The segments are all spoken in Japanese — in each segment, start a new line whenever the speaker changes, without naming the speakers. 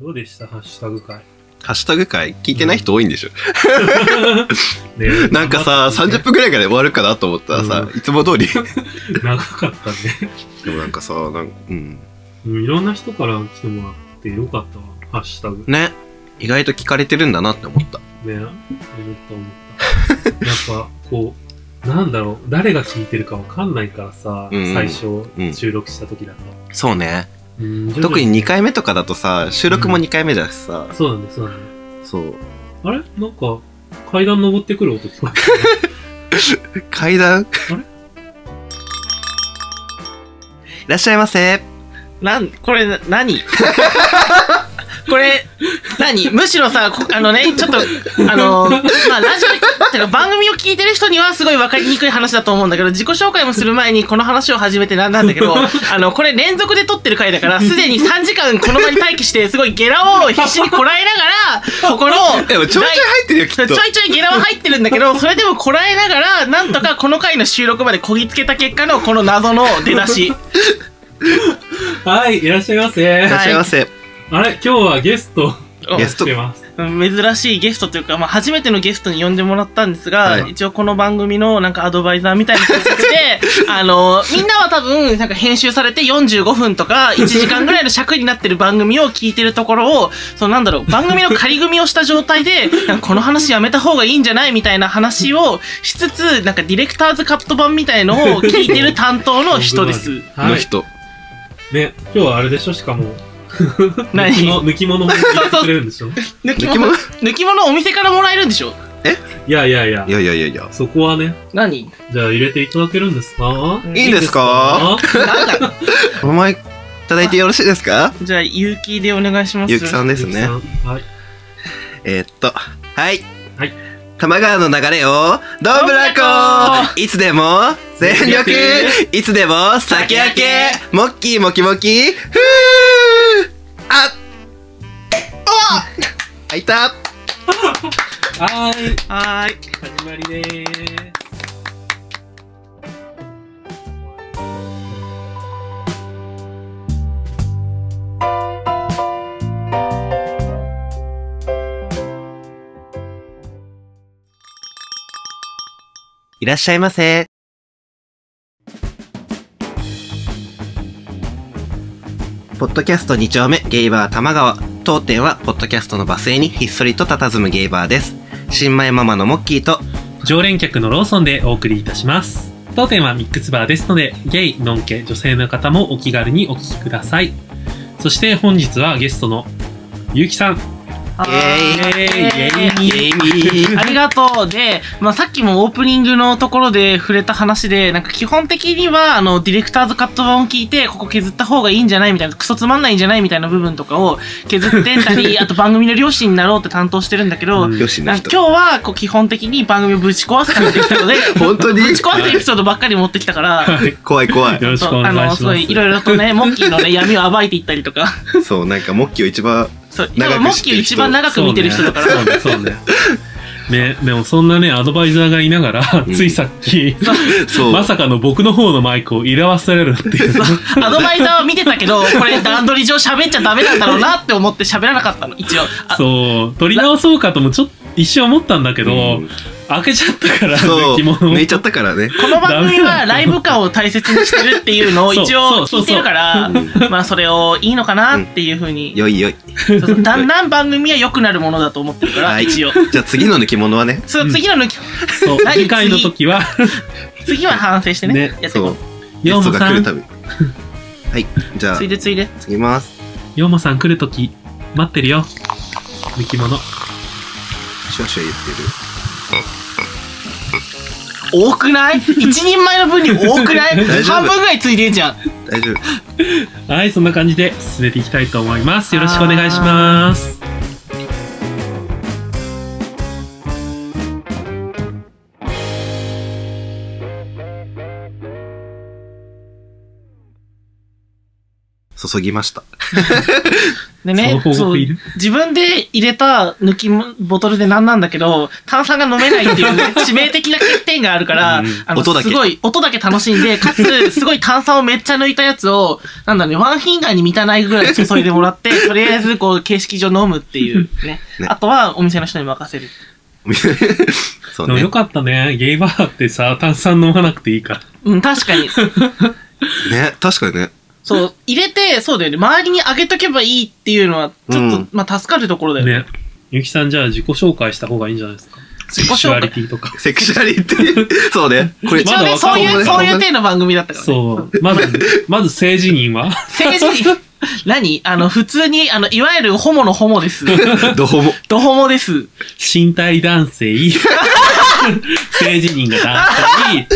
どうでしたハッシュタグ会。
ハッシュタグ会聞いてない人多いんでしょ、
ね
なんかさ、30分くらいから終わるかなと思ったらさ、いつも通り。
長かったね。
でもなんかさ、なんうん。
うんいろんな人から来てもらってよかったわ。ハッシュタグ。
ね。意外と聞かれてるんだなって思った。
ね、思った思っ た。やっぱ、こう、なんだろう、誰が聞いてるかわかんないからさ、
うんうん
最初
うん
収録した時だと。
そうね。
うん徐々
特に2回目とかだとさ、収録も2回目だしさ、
そうなんだ、そうなんだ。
そう。
あれなんか、階段登ってくる音 聞こ
階段
あれ
いらっしゃいませ。
なん、これ、な何 これ、何むしろさ、こあのね、ちょっと、あの、まあ、ラジオ、てか番組を聞いてる人にはすごい分かりにくい話だと思うんだけど、自己紹介もする前にこの話を始めてなんなんだけ ど、あの、これ連続で撮ってる回だから、すでに3時間この場に待機して、すごいゲラを必死にこらえながら、ここの、
でもちょいちょい入ってるよ、き
ちょ
っ
いち
と。
ょいゲラは入ってるんだけど、それでもこらえながら、なんとかこの回の収録までこぎつけた結果のこの謎の出だし。
えたはい、いらっしゃいませ
い。らっしゃいませ。
あれ今日はゲスト
ゲスト
来てます。
珍しいゲストというか、まあ、初めてのゲストに呼んでもらったんですが、
はい
一応この番組のなんかアドバイザーみたいな形 で、あの、みんなは多分、なんか編集されて45分とか1時間ぐらいの尺になってる番組を聞いてるところを、そのなんだろう、番組の仮組みをした状態で、なんかこの話やめた方がいいんじゃないみたいな話をしつつ、なんかディレクターズカット版みたいのを聞いてる担当の人 です。
は
の
い。
人。
ね、今日はあれでしょしかも、抜き
何
物抜き物もやってくれるんでしょ
抜
抜き
き物
物
抜き物お店からもらえるんでしょ
いやいやいや
い、やいやいやいや。
そこはね、
何
じゃあ入れていただけるんですか
いいんですか
なんだ
お前、いただいてよろしいですか
じゃあ、ゆうきでお願いします。
ゆうきさんですね。。
はい。
えーっと、はい。
はい。
玉川の流れを、どぶらこいつでも、全力いつでも、酒明けモッキーモキモキふーあおあいた
はい。
はーい。
始まりでー
いらっしゃいませ。ポッドキャスト2丁目ゲイバー玉川。当店はポッドキャストのバス停にひっそりと佇むゲイバーです。新米ママのモッキーと
す。常連客のローソンでお送りいたします。当店はミックスバーですので、ゲイ、ノンケ、女性の方もお気軽にお聞きください。そして本日はゲストのゆうきさん。
イ
はー
イ
い
エーイ
イエイ
ありがとう。で、まあ、さっきもオープニングのところで触れた話で、なんか基本的には、あの、ディレクターズカット版を聞いて、ここ削った方がいいんじゃないみたいな、クソつまんないんじゃないみたいな部分とかを削って たり、あと番組の両親になろうって担当してるんだけど、
うん
よし
な
なん
か
人。
今日は、こう、基本的に番組をぶち壊すためにできた ので、
本当に
ぶち壊すエピソードばっかり持ってきたから、
はい。よ
怖い怖い。
ろしくお願いし
あ
ま
の、
す。
すごい、いろいろとね、モッキーのね、闇を暴いていったりとか、
そう、なんかモッキーを一番、
そう、今
長
モ
く
ッ
知って
キー
る人
一番長く見てる人だから、
そうね、そうね。ね、でもそんなね、アドバイザーがいながら、
うん
ついさっき、
そう。
まさかの僕の方のマイクを入れ忘れるっていう。
アドバイザーは見てたけど、これ段取り上喋っちゃダメなんだろうなって思って喋らなかったの、一応。あ
そう、取り直そうかともちょっと一瞬思ったんだけど、
うん
開けちゃったから、
そう、
着物を
抜いちゃったからね。
この番組はライブ感を大切にしてるっていうのを一
そ
応
うそうそうそう
聞いてるから、まあそれをいいのかなっていうふうに、
よいよい。
そうそうだんだん番組は良くなるものだと思ってるから、
はい。
一
じ
応。
ゃあ次の抜き物はね。
そう次の抜き、
そう
何
次回の時は、
次は反省してね、
ね
やって
そ
こ
う
う。。
ゲ
ヨウ
スト
モ
が
さ
来る
ん
た、び。はい。じゃあ
つい、でついで。
次ます。
ヨウモさん来る時、待ってるよ。抜き物。
シュワシュワ言ってる。
多くない 一人前の分に多くない
大丈夫
半分ぐらいついでんじゃん。
大丈夫。
はい、そんな感じで進めていきたいと思います。よろしくお願いします。
注ぎました。
その
でね、
報告いる
自分で入れた抜きもボトルで何なんだけど、炭酸が飲めないって いうね、致命的な欠点があるから、
うん
あの
音だけ
すごい、音だけ楽しんで、かつ、すごい炭酸をめっちゃ抜いたやつを、なんだろうね、ワンフィンガーに満たないぐらい注いでもらって、とりあえず、こう、形式上飲むっていうね。
ね
あとは、お店の人に任せる。
そう
でも
ね
よ。かったね。ゲイバーってさ、炭酸飲まなくていいから。
うん、確かに。
ね、確かにね。
そう、入れて、そうだよね、周りにあげとけばいいっていうのは、ちょっと、
うん
まあ、助かるところだよね。
ね。ゆきさんじゃあ自己紹介した方がいいんじゃないですか。
自己
セクシュ
紹
アリ
介。
ティとか。
セクシュアリテ ィ。そうね。これ、
一応ね、
まだ
そうい
若
う、
者
そういう体の番組だったからね。
そう。まず、 まず性自認は
政治に、 何あの、普通に、あの、いわゆるホモのホモ です。
どうも。
ドホモです。
身体男性。 性自認が男性。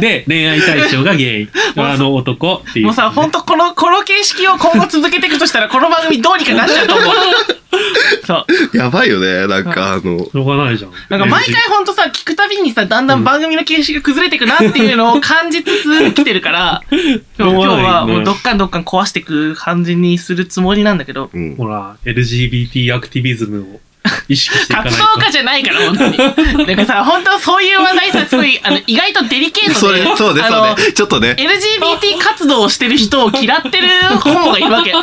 で、恋愛対象がゲイ。あの男っていう。
もうさ、ほんとこの、この形式を今後続けていくとしたら、この番組どうにかなっちゃう と思う。そう。
やばいよね。なんか、あの、
しょうがないじゃん。
なんか毎回ほんとさ、聞くたびにさ、だんだん番組の形式が崩れていくなっていうのを感じつつ来て るから、でも今日はもうどっかんどっかん壊していく感じにするつもりなんだけど、
うん。
ほら、LGBT アクティビズムを意識していかない
活
と。
動家じゃないから、本当 に。なんかさ、本当そういう話題さ、すごい、あの、意外とデリケートで。
それ、そうね、
あ
そ
の
うね。ちょっとね。
LGBT 活動をしてる人を嫌ってるホモがいるわけ。ホ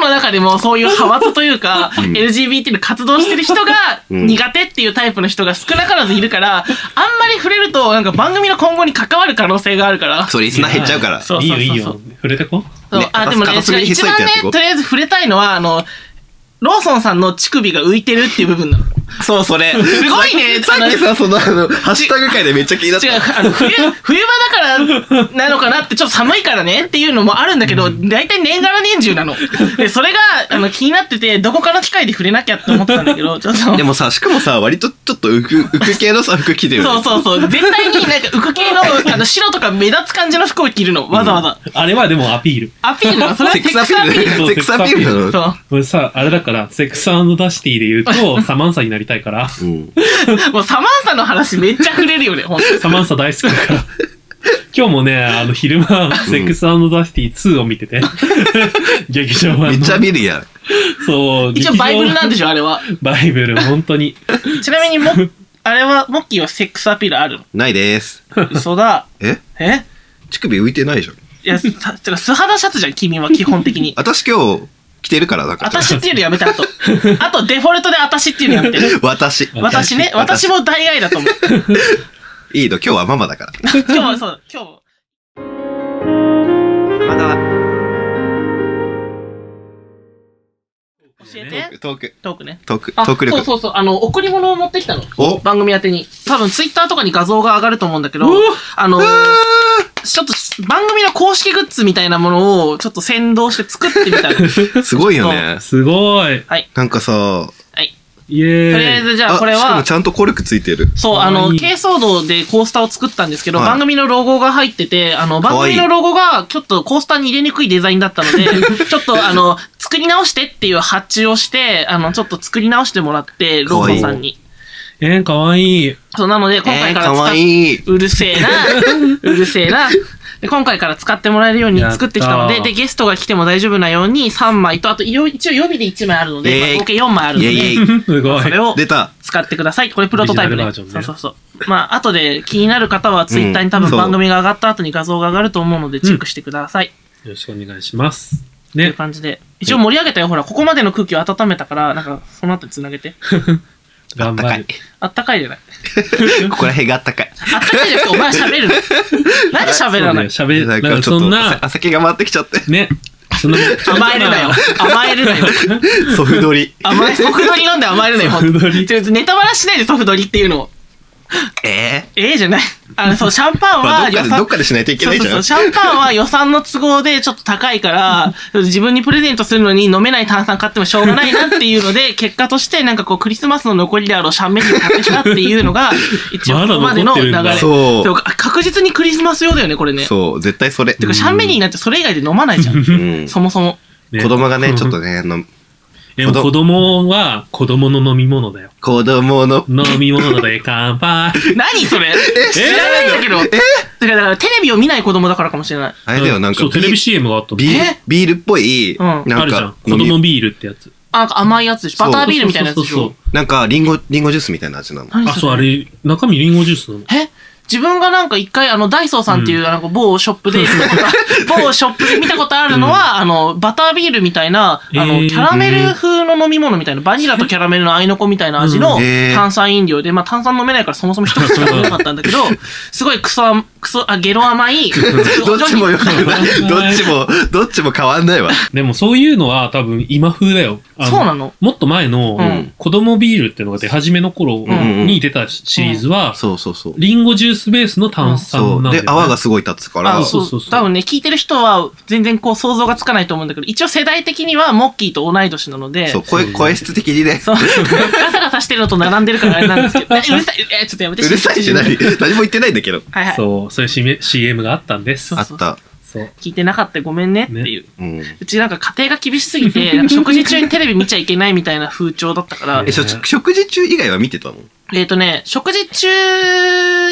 モの中でもそういう派閥というか、LGBT の活動してる人が
うん
苦手っていうタイプの人が少なからずいるから、あんまり触れるとなんか番組の今後に関わる可能性があるから。
そう、リスナー減っちゃうから。
そう
いい
そうそうそう
よいいよ。触れてこ。
そう
ね
あ、でもね、
片隅にひっ
一
そり
番
とやっていこ
ね、
う
とりあえず触れたいのは、あの、ローソンさんの乳首が浮いてるっていう部分なの。
そう、それ。す
ごいね
さっきさ、その、あの、ハッシュタグ界でめっちゃ気になっ
違う、
た。
あの、冬、冬場だからなのかなって、ちょっと寒いからねっていうのもあるんだけど、大体年がら年中なの。で、それが、あの、気になってて、どこかの機会で触れなきゃって思ってたんだけど、ちょっと。
でもさ、しかもさ、割とちょっと浮く、浮く系のさ、服着てるよ
そ
ね
う。そうそう。絶対になんか浮く系の、あの、白とか目立つ感じの服を着るの。わざわざ。
あれはでもアピール。
アピールの、それはセ
セ
ック
ク
ス
スア
アピ
ピー
ール。
ル
そう
セックスアピールなの。
そ
俺さ、あれだから、セックスダシティで言うと、サマンサになりたいから、
うん。
う。もうサマンサの話めっちゃ触れるよね、ほんと
サマンサ大好きだから。今日もね、あの、昼間、セックスダシティ2を見て て、劇場版の
めっちゃ見るやん。
そう、
一
劇場
応バイブルなんでしょ、あれは。
バイブル、本当に。
ちなみにも、あれは、モッキーはセックスアピールある
ないです。
の嘘だ。
え
え
乳首浮いてないじゃん。
いや、た てか素肌シャツじゃん、君は基本的に。
私今日、着てるから、だから。
私っていうのやめた あと。あと、デフォルトで私っていうのやめて。
私。
私ね、私も大概だと思う。
いいの、今日はママだから。
今日はそう、今日も。
まだ、
教えて、
トーク、
トークね。
トーク、ト
あ、
ーク力。
そうそうそう、あの、贈り物を持ってきたの。
お
番組宛てに。多分、ツイッターとかに画像が上がると思うんだけど
うわ、
あの、ちょっと、番組の公式グッズみたいなものを、ちょっと先導して作っ てみたの。
すごいよね。
すごい。
はい。
なんかさ、
はい。
イエーイ。
とりあえず、じゃあ、これ
しかも
は
ち、ゃんとコルクついてる。
そう、
かわ
あ
いい
の、軽装道でコースターを作ったんですけど、
はい
番組のロゴが入ってて、あの、番組のロゴがちょっとコースターに入れにくいデザインだった ので、ちょっとあの、作り直してっていう発注をして、あの、ちょっと作り直してもらって、ロ
か
ー
わ
ソ
い
ン
い
さんに。
えー、かわいい。
そう、なので、今
え
回
ー、
から
か
使っ
わいい。
うるせ えな、うるせえな。で今回から使ってもらえるように作ってきたの
や
で、
ったー
で、ゲストが来ても大丈夫なように3枚と、あと、いよ一応予備で1枚あるので、
イエイ
まあ合計4枚あるの
イエ
で
イ、
すごい
そ。れを
出た。
使ってください。これプロトタイプで。
オリジ
そ
ナルバージョンね
うそうそう。まあ、後で気になる方はツイッターに多
う
分
んそう
番組が上がった後に画像が上がると思うのでチェックしてください。
よろしくお願いします。
という
ね。
感じで。一応盛り上げたよ。ほら、ここまでの空気を温めたから、なんか、その後に繋げて。
頑張る。
あったかいじゃない。
ここら辺があったかい。
あったかいじゃなくて、お前喋るの。なんで喋らない
そうね喋
なん
れ、なんか
かちょ
そ
っ
ん
とあ
な、
さ、酒が回ってきちゃって。
ね。そんな、
甘えるなよ。甘えるなよ。
ソフドリ。
甘え、ソフトリ飲んで甘えるなよ。
ソフトリ
ちょネタバラしないでソフトリっていうのを。
え
ええじゃない。あの、そう、シャンパン
ー、ま
は
あ、どっか
予
で、
算
どっかでしないといけ
そ
な
う
い
そう
じゃ
そ
ん
う。。シャンパンは予算の都合でちょっと高 いから、自分にプレゼントするのに飲めない炭酸買ってもしょうがないなっていうので、結果としてなんかこうクリスマスの残りであろうシャンメリーを買ってきたってい うのが、一応
ま
こ
だ
こまでの
残って
流
るんだ
れ。
そう
そうか確実にクリスマス用だよね、これね。
そう、絶対それ。
てかシャンメリーなんてそれ以外で飲まないじゃん。
うん。
そもそも。
ね
子供がね、ちょっとね、の
でも
子
子供は子供の飲み物だよ。
子供の、
飲み物で乾杯。
何それ知らないんだけど。だからだからテレビを見ない子供だからかもしれない。
あれだよ、なんか
そう、テレビ CM があったの
ビール
え、
ビールっぽい、
うん
なん
あるじゃん。
か、
子供ビールってやつ。
あなんか甘いやつでしょ。
そう
バタービールみたいなやつでし
そうそう
ょ
そう。
なんか、リンゴ、リンゴジュースみたいな味なの。
何
あ、
そ
そう、
れ
あれ、中身リンゴジュースなの。
え自分がなんか一回、あの、ダイソーさんっていう、なんか某ショップで見たこと ある、某ショップで見たことあるのは、あの、バタービールみたいな、あの、
えー。
キャラメル風の飲み物みたいな、バニラとキャラメルの合いの子みたいな味の
うんえー
炭酸飲料で、まあ炭酸飲めないからそもそも一口しか飲めなかったんだけど、すごいクソ甘、クソ、あ、ゲロ甘い、
どっちもよくないどっちも、どっちも変わんないわ。
でもそういうのは多分今風だよ。あ
そうなの
もっと前の
うん
子供ビールっていうのが出始めの頃に出たシリーズは、
そうそうそう。
リンゴジュースベースの炭酸
そう。
なんだよ
で
ね、
泡がすごい立つから
あ、、
そ
そうう
そ
そうう
そう
多分ね、聞いてる人は全然こう想像がつかないと思うんだけど、一応世代的にはモッキーと同い年なので、
そう、声、声質的にね、
そう。ガサガサしてるのと並んでるからあれなんですけ ど。えうるさい。え、ちょっとやめ
う
て。
るさいし、何、何も言ってないんだけど。
はいはい。
そう、そういう CM CM があったんです
そう。
あった。
そう。
聞いてなかったごめんねっていう。
うん。
うちなんか家庭が厳しす ぎて、なんか食事中にテレビ見ちゃいけないみたいな風潮だったから
え、、しょ食事中以外は見てたの
えっ、とね、食事中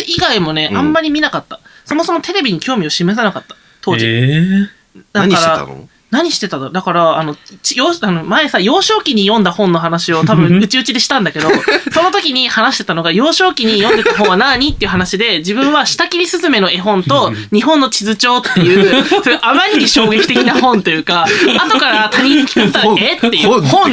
以外もね、
うん
あんまり見なかった。そもそもテレビに興味を示さなかった。当時。
えー
だ
何して
から
たの
何してたのだから、あの、ち幼あの前さ、幼少期に読んだ本の話を多分、うちうちでしたんだ けど、その時に話してたのが、幼少期に読んでた本は何っていう話で、自分は下切りすずめの絵本と、日本の地図帳って いう、それあまりに衝撃的な本というか、後から他人に聞くと、
本
えっていう本
本、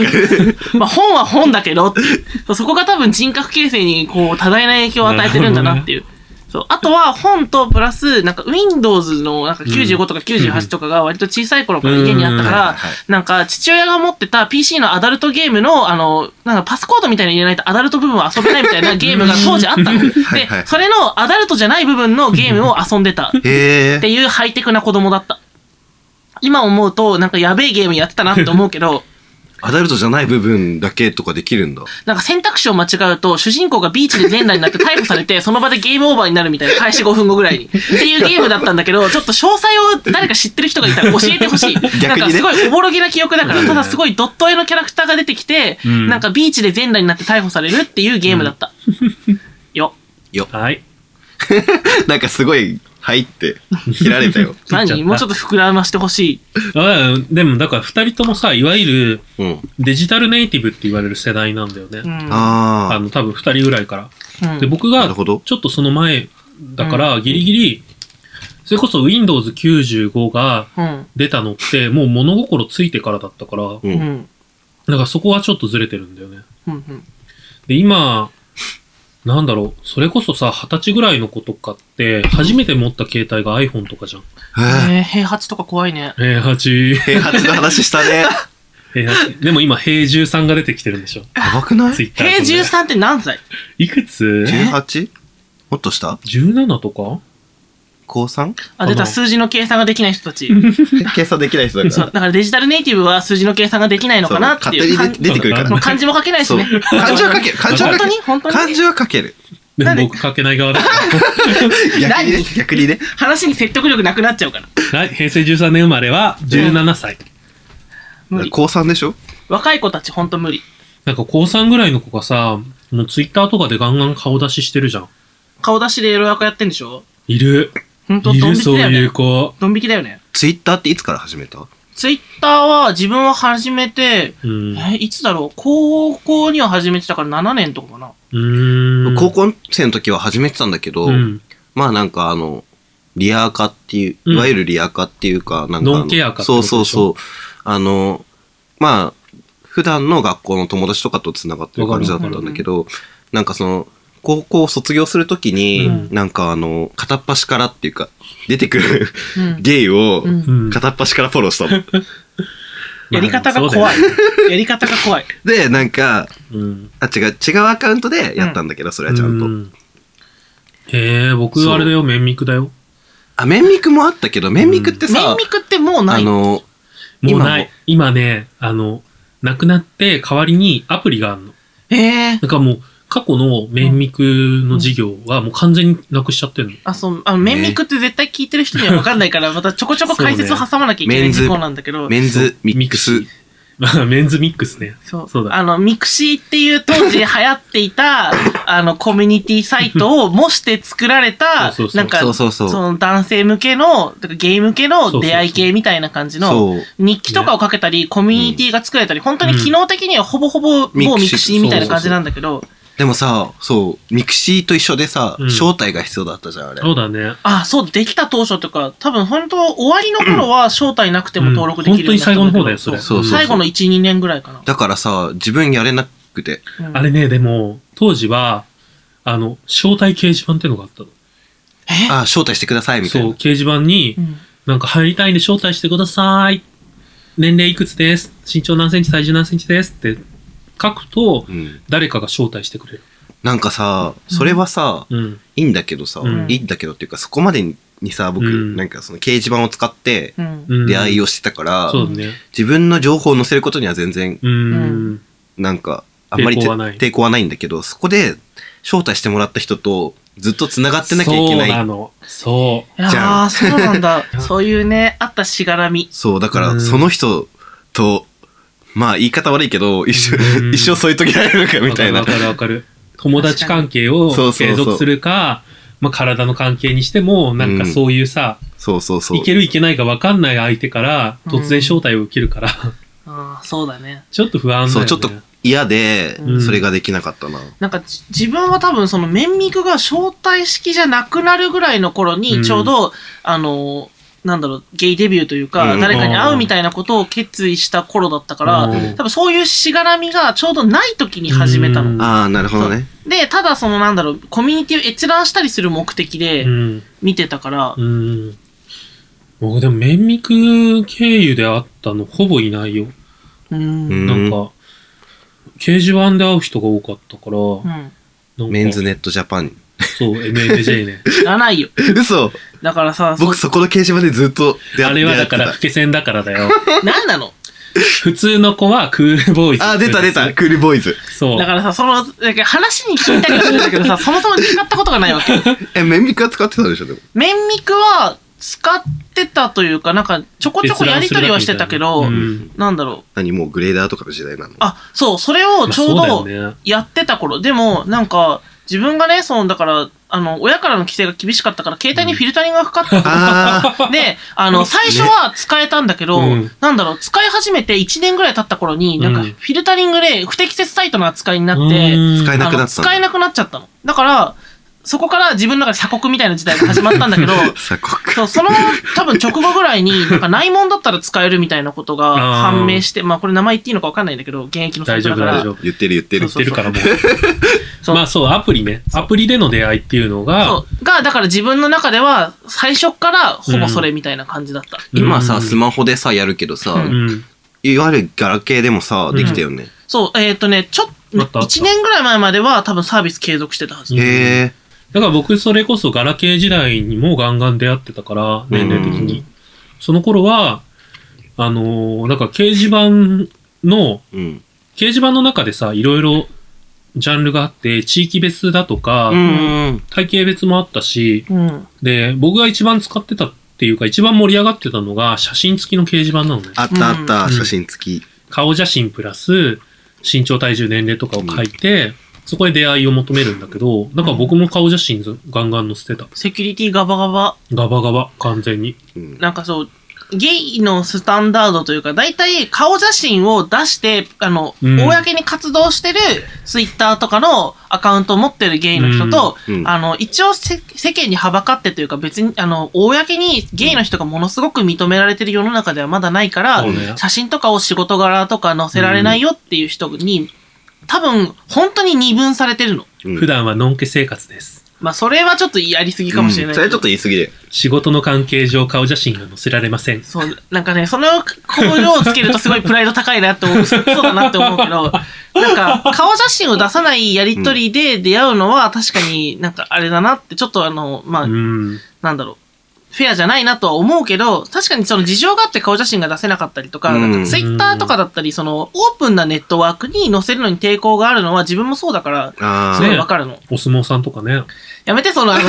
まあ本は本だけどっていうそうそこが多分人格形成にこう、多大な影響を与えてるんだなっていう。そう。あとは本とプラス、なんか Windows のなんか95とか98とかが割と小さい頃から家にあったか
うんうんはい
ら
はいはい、
なんか父親が持ってた PC のアダルトゲームの、あの、なんかパスコードみたいに入れないとアダルト部分は遊べないみたいなゲームが当時あったの。で
はいはい、
それのアダルトじゃない部分のゲームを遊んでたっ
へえ
て。いうハイテクな子供だった。今思うと、なんかやべえゲームやってたなって思うけど、
アダルトじゃない部分だけとかできる んだ。
なんか選択肢を間違うと、主人公がビーチで全裸になって逮捕されて、そ の場でゲームオーバーになるみたいな、開始5分後ぐ らいに。っていうゲームだったんだけど、ちょっと詳細を誰か知ってる人がいたら教えて ほしい。
ね
なんかすごいおぼろげな記憶だから、ただすごいドット絵のキャラクターが出てきて、
うん
なんかビーチで全裸になって逮捕されるっていうゲームだった。よ。
はい。
なんかすごい、入って、切られ たよ。
聞いちゃっ
何
た
もうちょっと膨らましてほしい。
あでも、だから二人ともさ、いわゆる
うん。
デジタルネイティブって言われる世代なんだよね。
うん。
あ
あ
の、多分二人ぐらいから。
うん
で、僕
な
が、
るほど
ちょっとその前だから、ギリギリ、それこそ Windows 95が
うん。
出たのって、もう物心ついてからだったから、
ー。う。
うんん。
だからそこはちょっとずれてるんだよね。
うん。
で、今、なんだろう、それこそさ、二十歳ぐらいの子とかって、初めて持った携帯が iPhone とかじゃん。
へえ。
えー、平八とか怖いね。
平八。
平八の話した ね。
平八。でも今、平13が出てきてるんでしょ。
やばくない
ツイッター。
平十。三って何歳
いくつ
?18? もっとした
?17 とか
高 3?
あ、出
あの
た数字の計算ができない人たち。
計算できない人だ
そ
か
うだからデジタルネイティブは数字の計算ができないの
ら。
かなっ
勝
てい
手
う。
に出出てくるか
か
もう
ら。
漢字も書けないし
そう
ね。。
漢字は書ける。漢字は 書
本当
け
に
る。
本当
漢
に
字は書ける。
で
なん
も
で
僕書けない側だから。
逆にね
何。
逆にね。
話に説得力なくなっちゃうから。
はい、平成13年生まれは17歳。
無理。
高3でしょ
若い子たちほんと無理。
なんか高3ぐらいの子がさ、もうツイッターとかでガンガン顔出ししてるじゃん。
顔出しでエロ役やってんでしょ
いる。
ほんと、
い
ドン
る、
引
そ
き
う
だよ
いう
ね。
子。
ドン引きだよね。
ツイッターっていつから始めた
ツイッターは自分は始めて、
うん。う
え、いつだろう高校には始めてたから7年とかかな。
ーん。
高校生の時は始めてたんだけど、
うん。
まあなんかあの、リアー化っていう、
うん
いわゆるリアー化っていうか、なんかあの。
ノンケア化ってこと
そう
でしょ
そうそう。あの、まあ、普段の学校の友達とかと繋がってる感じだったんだけど、なんかその、高校を卒業するときに、
うん
なんかあの、片っ端からっていうか、出て くる
うん。
ゲイを
う、ん
うん
片っ端からフォローしたの。
やり方が怖い。やり方が 怖い。
で、なんか、
うん。
あ、違う、違うアカウントでやったんだけど、それはちゃんと。
うんへえ、僕あれだよ、メンミクだよ。
あ、メンミクもあったけど、メンミクって
メン
さ、
ミクってもうな
あ
い。
の、
もう
今も
ない。今ね、あの、なくなって代わりにアプリがあるの。
えー。
なんかもう、過去のメンミクの事業はもう完全になくしちゃってるの。
あ、そう、あの、メンミクって絶対聞いてる人には分かんないから、またちょこちょこ解説を挟まなきゃいけな
メ
い
ンズ
事項なんだけど、
メンズミックス。
まあ、 メンズミックスね。
そう。
そうだ
あの、ミクシーっていう当時流行って いた、あの、コミュニティサイトを模して作られた
そうそう、そう
なんか、
そうそうそう
の男性向けの、てかゲイ向
そう
け
そ
の
うそう
出会い系みたいな感じの、
そう。
日記とかをかけたり、コミュニティが作られたり、本当に機能的にはほぼほぼ、
ミ
もう
クシー
ミクシーみたいな感じなんだけど、
でもさ、そう、ミクシーと一緒でさ、
うん
招待が必要だったじゃん、あれ。
そうだね。
あ、そう、できた当初とか、多分本当終わりの頃は招待なくても登録できるよう
うん
になった
本
ん
当に最後の方だよ、
け
それ。
ど
そうそう
最後の1、2年ぐらいかな。
だからさ、自分やれなくて。
うん
あれね、でも、当時は、あの、招待掲示板ってのがあったの。
え
あ、招待してください、みた
そ、
いうな。
掲示板に
う、ん
なんか入りたいんで招待してください。年齢いくつです。身長何センチ、体重何センチですって書くと、
うん。
誰かが招待してくれる。
なんかさ、それはさ、
うん。
いいんだけどさ、
うん
いいんだけどっていうか、そこまでにさ、僕、
うん
なんかその掲示板を使って
うん。
うん、
出会い
を。
をしてたから、
そうだね。
自分の情報を載せることには全然、
うん。
うん
なんか、あんまり
抵
て
抗はない
抵抗はないんだけど、そこで招待してもらった人とずっと繋がってなきゃいけ
そう
な。
ないの。そ。
いや
じゃ
ー、そうな んだそういうね、あったしがらみ。
そう、だか
う
ら、
ん
その人と、まあ言い方悪いけど、一
うん
生、一生添い遂げられるか
う。
みたいな
わ。かるわかる わかる。友達関係を
そうそうそ
継
う
続するか、まあ、体の関係にしても、なんかそういうさ、
そうそうそう
い。けるいけないか分かんない相手から、突然招待を受けるから、
ああ、そうだね。
ちょっと不安だよね。
そう、ちょっと嫌で
う、ん
それができなかったな。
なんかじ、自分は多分その、メンミクが招待式じゃなくなるぐらいの頃
うん
に、ちょうど、あのー、なんだろう、ゲイデビューというか、
うん
誰かに会うみたいなことを決意した頃だったから、
うん
多分そういうしがらみがちょうどない時に始めたの。
うん
ああ、なるほどね。
で、ただそのなんだろう、コミュニティを閲覧したりする目的
う
で
ん。
見てたから、
うん。僕でも、綿密経由で会ったのほぼいないよ。
うん。う
うん
ん。
なんか、掲示板で会う人が多かったから、なんか
メンズネットジャパン。
そう、MFJ ね。
知らないよ。
嘘
だからさ、
僕そこの掲示板でずっと出会
あれはだか
出
ら、
会っ
老
て
け線だからだよ。
何なの
普通の子はクールボーイズ。
たあー、出た出た。クールボーイズ。
そう
だ。からさ、その、なんか話に聞いたりはするんだけ どさ、そもそも使ったことがないわけ。
え、メンミクは使ってたでしょ、でも。
メンミクは使ってたというか、なんかちょこちょこやりとりはしてたけ
閲
ど、
覧するだけみたいなうん
なんだろう。
何もうグレーダーとかの時代なの。
あ、そう、それを
まあ
ちょう
そ
ど
うだよね
やってた頃。でも、なんか、自分がね、その、だから、あの、親からの規制が厳しかったから、携帯にフィルタリングがかかってた
あ
で、あの、最初は使えたんだけど、
うん
なんだろう、使い始めて1年ぐらい経った頃に、なんか、
うん
フィルタリングで不適切サイトの扱いになって、
うん
使えな
あ
くった
の
んだ
使えなくなっちゃったの。だから、そこから自分の中で鎖国みたいな時代が始まったんだけ ど、
あ、鎖国。
そうその多分直後ぐらいに、なんか内門だったら使えるみたいなことが
あー
判明して、まあこれ名前言っていいのかわかんないんだけど、現役のサイ
大
ト
丈夫、
だか
大
ら
丈。夫。
言ってる言って
言
る
っ。
そう
てるからもう。
そう
まあそう、アプリね。アプリでの出会いっていうのが
そ、う。が、だから自分の中では、最初からほぼそれみたいな感じだった。
今
う
さ、
ん
スマホでさ、やるけどさ、
うん。
いわゆるガラケーでもさ、できたよね。
そう、えっ、とね、ちょっ
あったあっ
と、
た
1年ぐらい前までは多分サービス継続してたはず。
うん
へえ。
だから僕、それこそガラケー時代にもガンガン出会ってたから、年齢的に。
う
その頃は、あのーなんか掲示板の、
うん。
掲示板の中でさ、いろいろジャンルがあって、地域別だとか、
うん。
体型別もあったし、
うん。
で、僕が一番使ってたっていうか、一番盛り上がってたのが、写真付きの掲示板なのね。
あったあった、
うん
写真付き。
顔写真プラス、身長、体重、年齢とかを書いて、そこで出会いを求めるんだけど、だから僕も顔写真ずガンガン載せてた。
セキュリティガバガバ。
ガバガバ、完全に。
うん
なんかそう、ゲイのスタンダードというか、大体顔写真を出して、あの、
うん
公に活動してるツイッターとかのアカウントを持ってるゲイの人と、
うんうん
あの、一応せ世間にはばかってというか、別に、あの、公にゲイの人がものすごく認められてる世の中ではまだないから、
そうね
写真とかを仕事柄とか載せられないよっていう人に、多分、本当に二分されてるの。
うん
普段はのんけ生活です。
まあ、それはちょっとやりすぎかもしれないけ
そ
ど、
れちょっと言い過ぎで。
仕事の関係上顔写真が載せられません。
そう、なんかね、その工場をつけるとすごいプライド高いなって思う、そうだなって思うけど、なんか、顔写真を出さないやりとりで出会うのは確かになんかあれだなって、ちょっとあの、まあ、
うん。
なんだろう。フェアじゃないなとは思うけど、確かにその事情があって顔写真が出せなかったりとか、
うん
なんかツイッターとかだったり、そのオープンなネットワークに載せるのに抵抗があるのは自分もそうだから、
あ
すご
ね
あ。
いわかるの。
お相撲さんとかね。
やめて、その、あの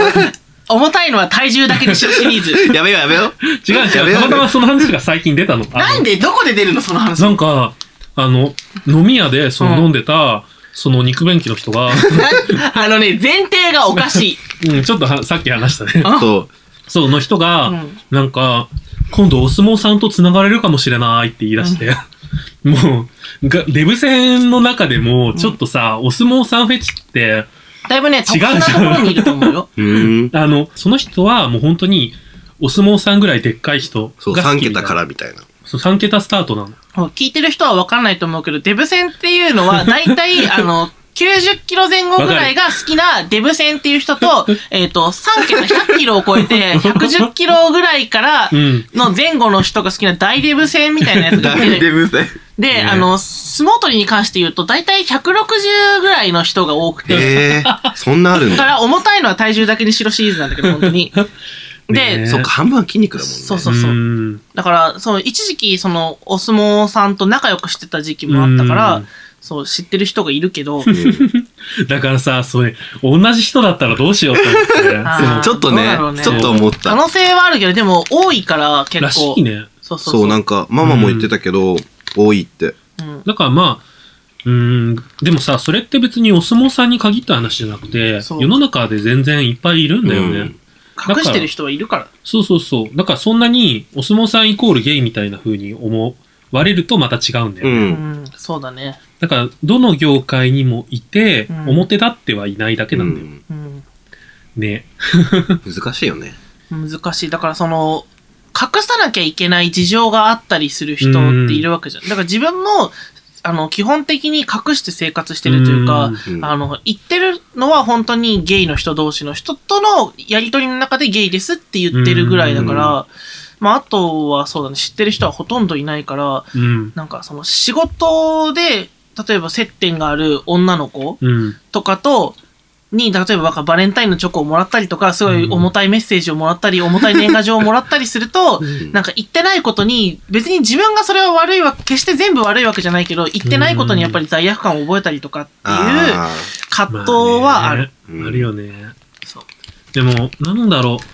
重たいのは体重だけにしろシリーズ。
やめようやめよう。
違う違う。たまたまその話が最近出たの。あの
なんで、どこで出るの、その話。
なんか、あの、飲み屋で、その
うん
飲んでた、その肉便器の人が、
あのね、前提がおかしい。
うん、ちょっとはさっき話したね。
あ
そう。
そう、の人が、
うん
なんか、今度お相撲さんと繋がれるかもしれないって言い出して、 もう、がデブ戦の中でも、ちょっとさ、お相撲さんフェチって、
だいぶね、
違う
特殊なところにいると思う よ。
うーん。
あの、その人はもう本当に、お相撲さんぐらいでっかい人が好
そう、
き
3
みたいな
桁からみたい な。
そう、3桁スタートなの。
聞いてる人は分かんないと思うけど、デブ戦っていうの は、だいたい、あの、90キロ前後ぐらいが好きなデブ戦っていう人 と、えっ、と、3桁100キロを超えて、110キロぐらいから
うん
の前後の人が好きな大デブ戦みたいなや つがいて、
ブ戦。
で、あの、相撲取りに関して言うと、だいたい160ぐらいの人が多くて、
へえー、そんなある
だ
の
から重たいのは体重だけにしろシリーズなんだけど、本当 に。
ねえ
で、
そっか、半分は筋肉だもんね。
そうそうそう。
ん
だから、そう、一時期、その、お相撲さんと仲良くしてた時期もあったか
う
ら
ん、
そう、知ってる人がいる けど、
だからさ、それ、同じ人だったらどうしようと思って。
あ
そ
ー
う
ちょっと
どうだ
ね
ろうね
ちょっと思っ
可
た。
能性はあるけど、でも、多いから、結構。
らしいね。
そうそうそう。
そう、なんか、ママも言ってたけど、多いって。
うん
だからまあ、うーん、でもさ、それって別にお相撲さんに限った話じゃなくて、
そう
世の中で全然いっぱいいるんだよね。
うん
ら
隠してる人はいるから。
そうそうそう。だからそんなに、お相撲さんイコールゲイみたいな風に思われるとまた違うんだよね。
う。
うんん、そうだね。
だから、どの業界にもいて、
うん
表立ってはいないだけなんだよ。
うん
うん。
ね。
難しいよね。
難しい。だから、その、隠さなきゃいけない事情があったりする人っているわけじゃん。だから自分も、あの、基本的に隠して生活してるというか、
ん
うん
あの、言ってるのは本当にゲイの人同士の人とのやりとりの中でゲイですって言ってるぐらいだから、まあ、あとはそうだね、知ってる人はほとんどいないから、
うん。
なんかその仕事で、例えば接点がある女の子
うん。
とかと、に、例えばなんかバレンタインのチョコをもらったりとか、すごい重たいメッセージをもらったり、重たい年賀状をもらったりすると、
ん
なんか言ってないことに、別に自分がそれは悪いわけ、決して全部悪いわけじゃないけど、言ってないことにやっぱり罪悪感を覚えたりとかっていう、
あ
葛藤はある。
まあね
うん
あるよね。
そう
でも、なんだろう。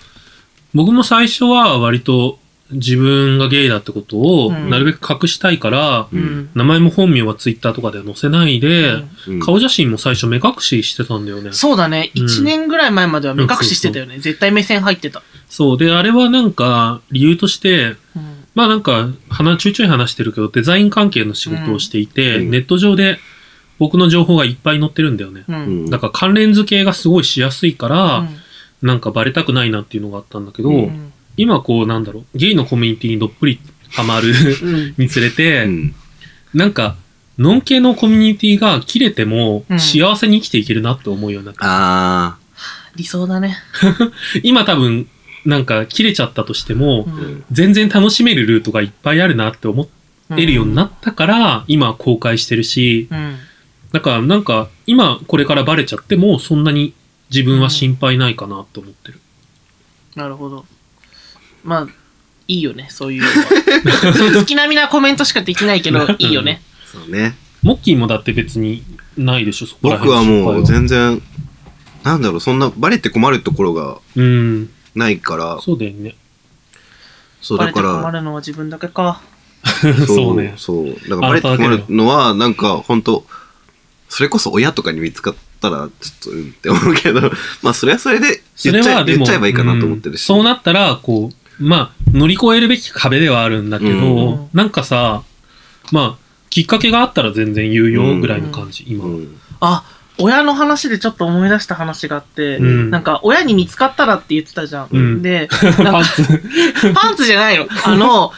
僕も最初は割と自分がゲイだってことを
うん
なるべく隠したいから、
う
うんん。
名前も本名はツイッターとかでは載せないで、
うん
ーうん
顔写真も最初目隠ししてたんだよね。
そうだね。
うん
1年ぐらい前までは目隠ししてたよね。絶対目線入ってた。
そう。で、あれはなんか理由として、まあなんか、話、ちょいちょい話してるけど、デザイン関係の仕事をしていて、
うん
ネット上で僕の情報がいっぱい載ってるんだよね。
うん。うん。
だから関連付けがすごいしやすいから、
うん
なんかバレたくないなっていうのがあったんだけど、
うん
今こうなんだろう、ゲイのコミュニティにどっぷりハマる
うん。
につれて、
うん
なんか、ノン系のコミュニティが切れても
うん
幸せに生きていけるなって思うようになった。
あ
理想だね。
今多分、なんか切れちゃったとしても、
う
あ、
ん。
全然楽しめるルートがいっぱいあるなって思えるようになったから、今は公開してるし、
うん。
だからなんか今これからバレちゃってもそんなに自分は心配ないかなって思 ってる。
なるほど。まあ、いいよね。そういうのはそういう月並みなコメントしかできないけど、いいよね。
そうね。
モッキーもだって別にないでしょ、そこら
僕
辺の心
は
配
もう全然、なんだろう、そんな、バレて困るところが
うん。
ないから、
そうだよね。
そう、
バ
だ
レて
から、
困るのは自分だけか。
そうね。
そう。だからバレて困るのは、なんか、本当それこそ親とかに見つかったら、ちょっと、うんって思うけど、 まあ、それはそれで
そ
言
れ
っちゃ
は
え、
で
言
も、
っちゃえばいいかなと思ってる
うん
し。
そうなったら、こう、まあ、乗り越えるべき壁ではあるんだけど、
うん
なんかさ、まあ、きっかけがあったら全然言う
う
よ
ん
ぐらいの感じ、今
う
は。
ん。
あ、親の話でちょっと思い出した話があって、
うん
なんか、親に見つかったらって言ってたじゃん。
うん
で、なん
パ
か
ン、ツ。
パンツじゃないの。あの、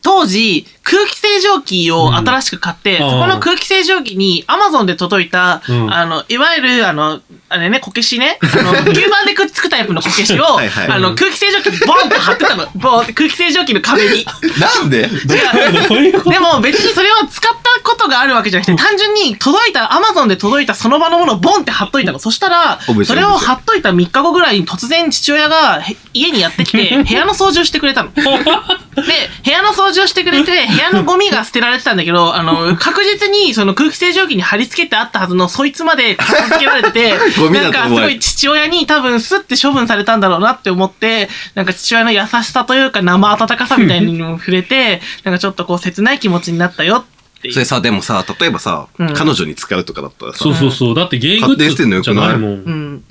当時、空気清浄機を新しく買って、
うんあー
そこの空気清浄機に Amazon で届いた、
うん
あの、いわゆる、あの、あれね、こけしね、あ の、吸盤でくっつくタイプのこけしを、
はいはい
あの、空気清浄機にボンって貼ってたの。ボンって空気清浄機の壁 に。
なんで
どういうこと
でも別にそれは使ったことがあるわけじゃなくて、単純に届いた、アマゾンで届いたその場のものをボンって貼っといたの。そしたら
オブ、ジェ、
それを貼っといた3日後ぐらいに突然父親がへ家にやってきて、部屋の掃除をしてくれたの。で、部屋の掃除をしてくれて、部屋のゴミが捨てられてたんだけど、あの、確実にその空気清浄機に貼り付けてあったはずのそいつまで片付けられてて
ゴミだ
なん
と
かす
思わ
ご
れ
い
た
父親に多分スッて処分されたんだろうなって思って、なんか父親の優しさというか生温かさみたいにも触れて、なんかちょっとこう切ない気持ちになったよっていう。
それさ、でもさ、例えばさ、
うん
彼女に使うとかだったらさ
そ、うそうそう。だってゲイグッズじゃないもん。
うん。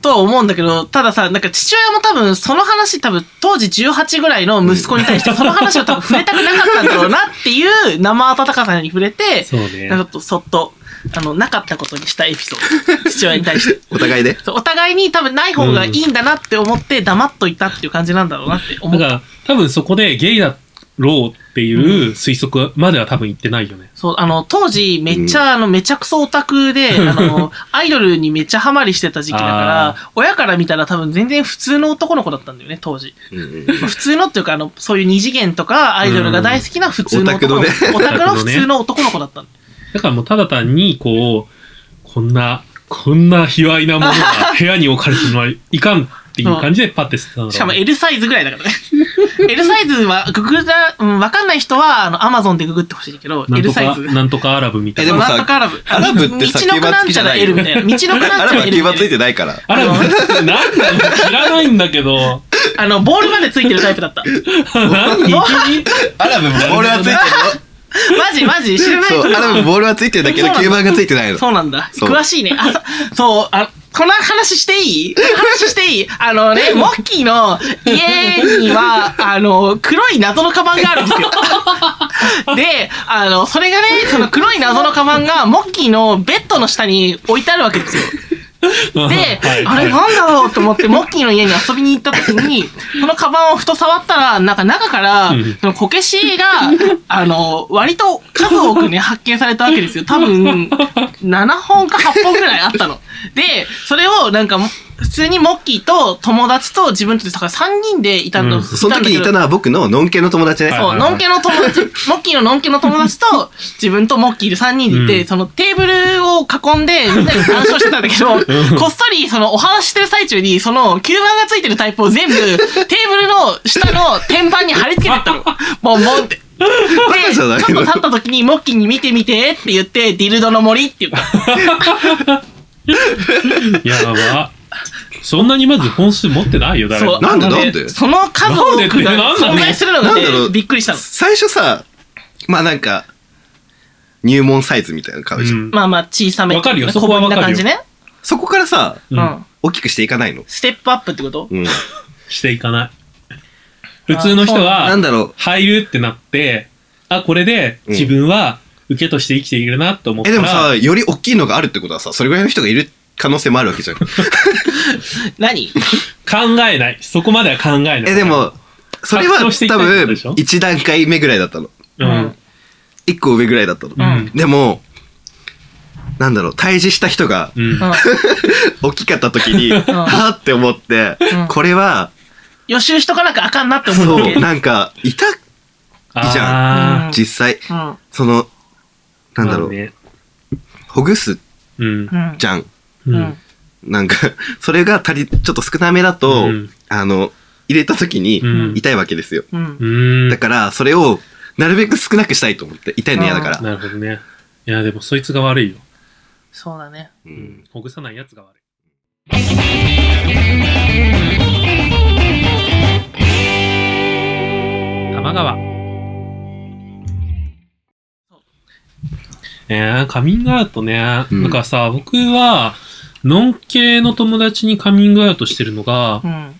とは思うんだけど、たださ、なんか父親も多分その話、多分当時18ぐらいの息子に対してその話を多分触れたくなかったんだろうなっていう生温かさに触れて、
そうね
なんかちょっとそっと、あの、なかったことにしたエピソード。父親に対して。
お互いで。
そうお互いに多分ない方がいいんだなって思って黙っといたっていう感じなんだろうなって思
だ
う。
から、多分そこでゲイだろうっていう推測までは多分言ってないよね。
そう、あの、当時、めっちゃ、あの、めちゃくそオタクで、あの、アイドルにめっちゃハマりしてた時期だか
あ
ら、親から見たら多分全然普通の男の子だったんだよね、当時。
うんうん
まあ普通のっていうか、あの、そういう二次元とか、アイドルが大好きな普通の男の
うん
子
オタク。
オタクの普通の男の子だったんだ
だからもうただ単に、こう、こんな、こんな卑猥なものが部屋に置かれてるのはいかんっていう感じでパッて捨てたの。
しかも L サイズぐらいだからね。L サイズは、ググら、うん、わかんない人は、あの、アマゾンでググってほしいけど、
なん
L
と
サイ
か、
ズ。
なんとかアラブみたい
えで
な。
も
なんとかアラブ。
アラブってさ
道のくなんちゃら L みたいな。道のく
あ ら
なんちゃら
は
L
競
み
馬つ
た
い
いな。
てないから。
アラブってなんだろ う知らないんだけど。
あの、ボールまでついてるタイプだった。
何
アラブもボールはついてる
マジマジ知ら
よ。
ない
そう、アラブボールはついてるんだけど、
そうなんだ
9番がついてないの。
そうなんだ。
そう
詳しいね。あ、そそう、あ、この話していい話していいあの ね、モッキーの家には、あの、黒い謎のカバンがある んですよ。で、あの、それがね、その黒い謎のカバンが、モッキーのベッドの下に置いてあるわけですよ。 で、あれなんだろうと思って、モッキーの家に遊びに行った時 に、このカバンをふと触ったら、なんか中から
うん、
そのこけしが、 あの、割と数多 くね、発見されたわけですよ。多分、7本か8本ぐらいあったの。で、それをなんか、普通にモッキーと友達と自分と、だから3人でいたの。
うん
その時にいたのは僕のノンケの友達ね。
はい
そう、ノンケの友 達、モッキーのノンケの友達と、自分とモッキーで3人でいて、
うん
そのテーブルを囲んで、みんなで談笑してたんだけど、こっそり、そのお話ししてる最中に、その吸盤がついてるタイプを全部、テーブルの下の天板に貼り付け てったの。ボンボンって。で、ち
じゃ
ょ
な
っ
いの
と立った時に、モッキーに見てみてって言って、ディルドの森って言った。
やば。そんなにまず本数持ってないよ、誰も。
なんで
あのね
なんで
その数
なん
多くが
でってなんだ
存在するの
な
が
んだろ
ね
う、
びっくりしたの。
最初さ、まあなんか、入門サイズみたいなの買うじゃ
うん
ん。
まあまあ、小さめ。
わかるよそこはわかるよ
小ぶりな感じね。
そこからさ、
うん
うん。
大きくしていかないの。
ステップアップってこと
うん。
していかない。普通の人は、
なんだろ
入るってなって、あ、これで自分は受けとして生きているなと思っ
う。
た
え、
ら、
でもさ、より大きいのがあるってことはさ、それぐらいの人がいる可能性もあるわけじゃん。
何
考えない。そこまでは考えない。
え、で、も、それは
拡張していきた
多
いってこと
分
でしょ、
一段階目ぐらいだったの。
うん。うん。
一個上ぐらいだったの。
うん
でも、なんだろう、退治した人が
うん。
大きかった時に、はぁって思って
うん、
これは、
予習しとかなきゃあかんなって思うわ
そ
け
う、なんか、いた、いいじ
ゃ
んうん
実際。
うん
その、なんだろう、
ね、
ほぐす
うん。
うん
じゃん。
う
うん
ん。
なんか、 それが足り、ちょっと少なめだと、
うん
あの、入れた時に
うん
痛いわけですよ。
うん
うん。
だから、それを、なるべく少なくしたいと思って、痛いの嫌だから。
なるほどね。いや、でもそいつが悪いよ。
そうだね。
うん
ほぐさないやつが悪い。玉川。えー、カミングアウトね。
うん
なんかさ、僕は、ノン系の友達にカミングアウトしてるのが
う、ん。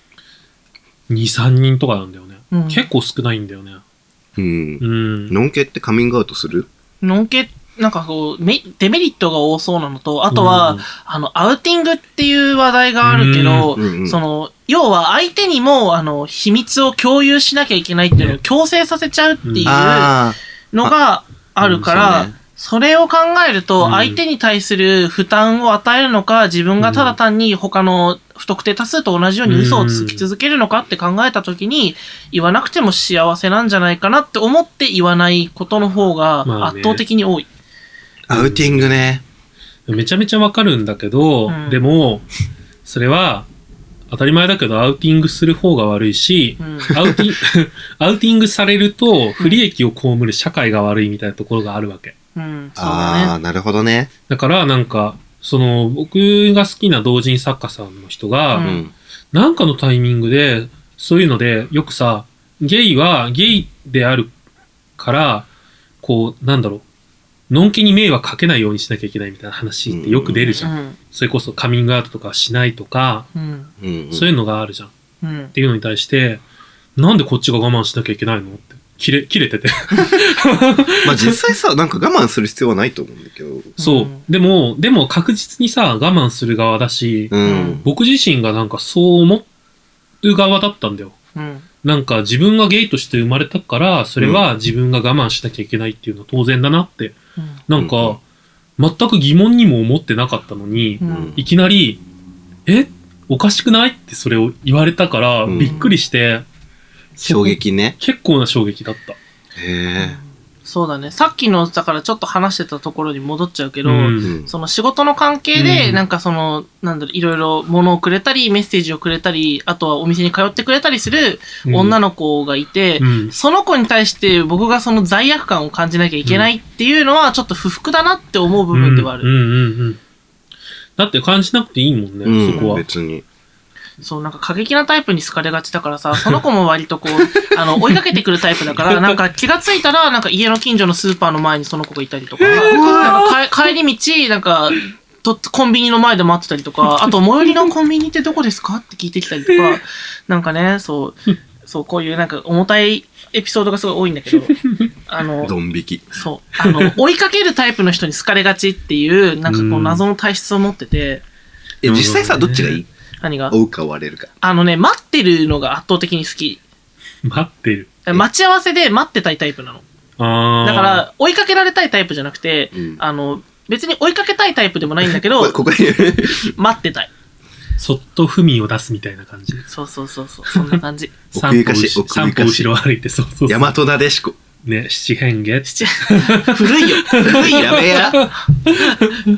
2、3人とかなんだよね。
うん
結構少ないんだよね。
うん
う。ん。
ノンケってカミングアウトする
のんけ、なんかこう、メデメリットが多そうなのと、あとは、
うん
あの、アウティングっていう話題があるけど、
うんうんうん
その、要は相手にも、あの、秘密を共有しなきゃいけないっていうのを強制させちゃうっていう
あ
のがあるから、
うんそうね
それを考える
う
と、
ん
相手に対する負担を与えるのか、自分がただ単に他の不特定多数と同じように嘘をつき続けるのかって考えたときに、言わなくても幸せなんじゃないかなって思って言わないことの方
ま
が
あね
圧倒的に多い。
あ、アウティングね。
めちゃめちゃわかるんだけど、
うん
でも、それは、当たり前だけど、アウティングする方が悪いし、
うん
アウティン アウティングされると、不利益を被る社会が悪いみたいなところがあるわけ。
うん、そう
あ
だ
あ、
ね。
なるほどね。
だから、なんか、その、僕が好きな同人作家さんの人が、
うん
うん。
なんかのタイミングで、そういうので、よくさ、ゲイはゲイであるから、こう、なんだろう、のんきに迷惑かけないようにしなきゃいけないみたいな話ってよく出るじゃん。それこそカミングアウトとかしないとか、
うん
うんうん
そういうのがあるじゃん。っ
うん。
ていうのに対して、なんでこっちが我慢しなきゃいけないのって、切れ、切れてて。
まあ実際さ、なんか我慢する必要はないと思うんだけど。
そううんでも、でも確実にさ、我慢する側だし、
うん。
僕自身がなんかそう思う側だったんだよ。
うん
なんか自分がゲイとして生まれたから、それは自分が我慢しなきゃいけないっていうのは当然だなって、
うん
なんか、全く疑問にも思ってなかったのに
う、
ん
ん
いきなり、えおかしくないってそれを言われたから、
うん
びっくりして、
衝撃ね。
結構な衝撃だった。
へ
そうだねさっきのだからちょっと話してたところに戻っちゃうけど、
うん
え。うん
その仕事の関係で、
うん
なんかその、なんだろう、いろいろ物をくれたり、メッセージをくれたり、あとはお店に通ってくれたりする女の子がいて、
うん
その子に対して僕がその罪悪感を感じなきゃいけないっていうのは、ちょっと不服だなって思う部分ではある。
うんうんうんうん。だって感じなくていいもんね、
うん
そこは。
別に。
そう、なんか過激なタイプに好かれがちだからさ、そ の子も割とこ う、あの、追いかけてくるタイプだ から、なんか気がついたら、なんか家の近所のスーパーの前にその子がいたりとか、なんかかえ帰り道、なんか、とコンビニの前で待ってたりと か、あと、最寄りのコンビニってどこですかって聞いてきたりとか、なんかね、そう、そう、こういうなんか重たいエピソードがすごい多いんだ けど、あの、
ドン引き。
そう。あの、追いかけるタイプの人に好かれがちっていう、なんかこ
う
うん謎の体質を持ってて、
え、実際さ、
なるほど
ど
ね
っちがいい
何が
追うか追われるか。
あのね、待ってるのが圧倒的に好き。
待ってる。
待ち合わせで待ってたいタイプなの。
あー
だか、ら、追いかけられたいタイプじゃなくて、
うん
あの、別に追いかけたいタイプでもないんだけど
こ、ここに。
待ってたい。
そっと文を出すみたいな感じ。
そうそうそうそう、そんな感じ。
奥ゆかし
散歩
奥ゆかし
散歩後ろ歩いて、そうそうそう。
大和なでしこ。
ね、七変化。
ち古いよ。古い
や
よ。
めや。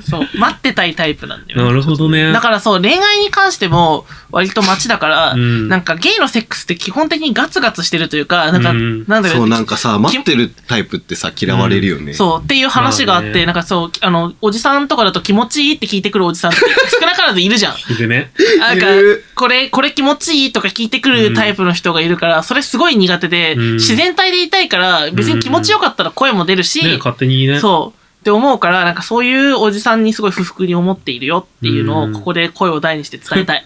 そう、待ってたいタイプなんだよ
な
ね。
るほどね。
だからそう、恋愛に関しても、割と待ちだから、
うん
なんかゲイのセックスって基本的にガツガツしてるというか、なんか、
うん
なんだろ
そうう、なんかさ、待ってるタイプってさ、嫌われるよね。
そうっていう話があって、
まあね
なんかそう、あの、おじさんとかだと気持ちいいって聞いてくるおじさんって少なからずいるじゃん。
でね。
なんか
いる、
これ、これ気持ちいいとか聞いてくるタイプの人がいるから、それすごい苦手で、
うん
自然体でいたいから、別に気持ちよかったら声も出るし、
ね、勝手にね。
そう。って思うから、なんかそういうおじさんにすごい不服に思っているよっていうの
う
を、
ん
ここで声を大にして伝えたい。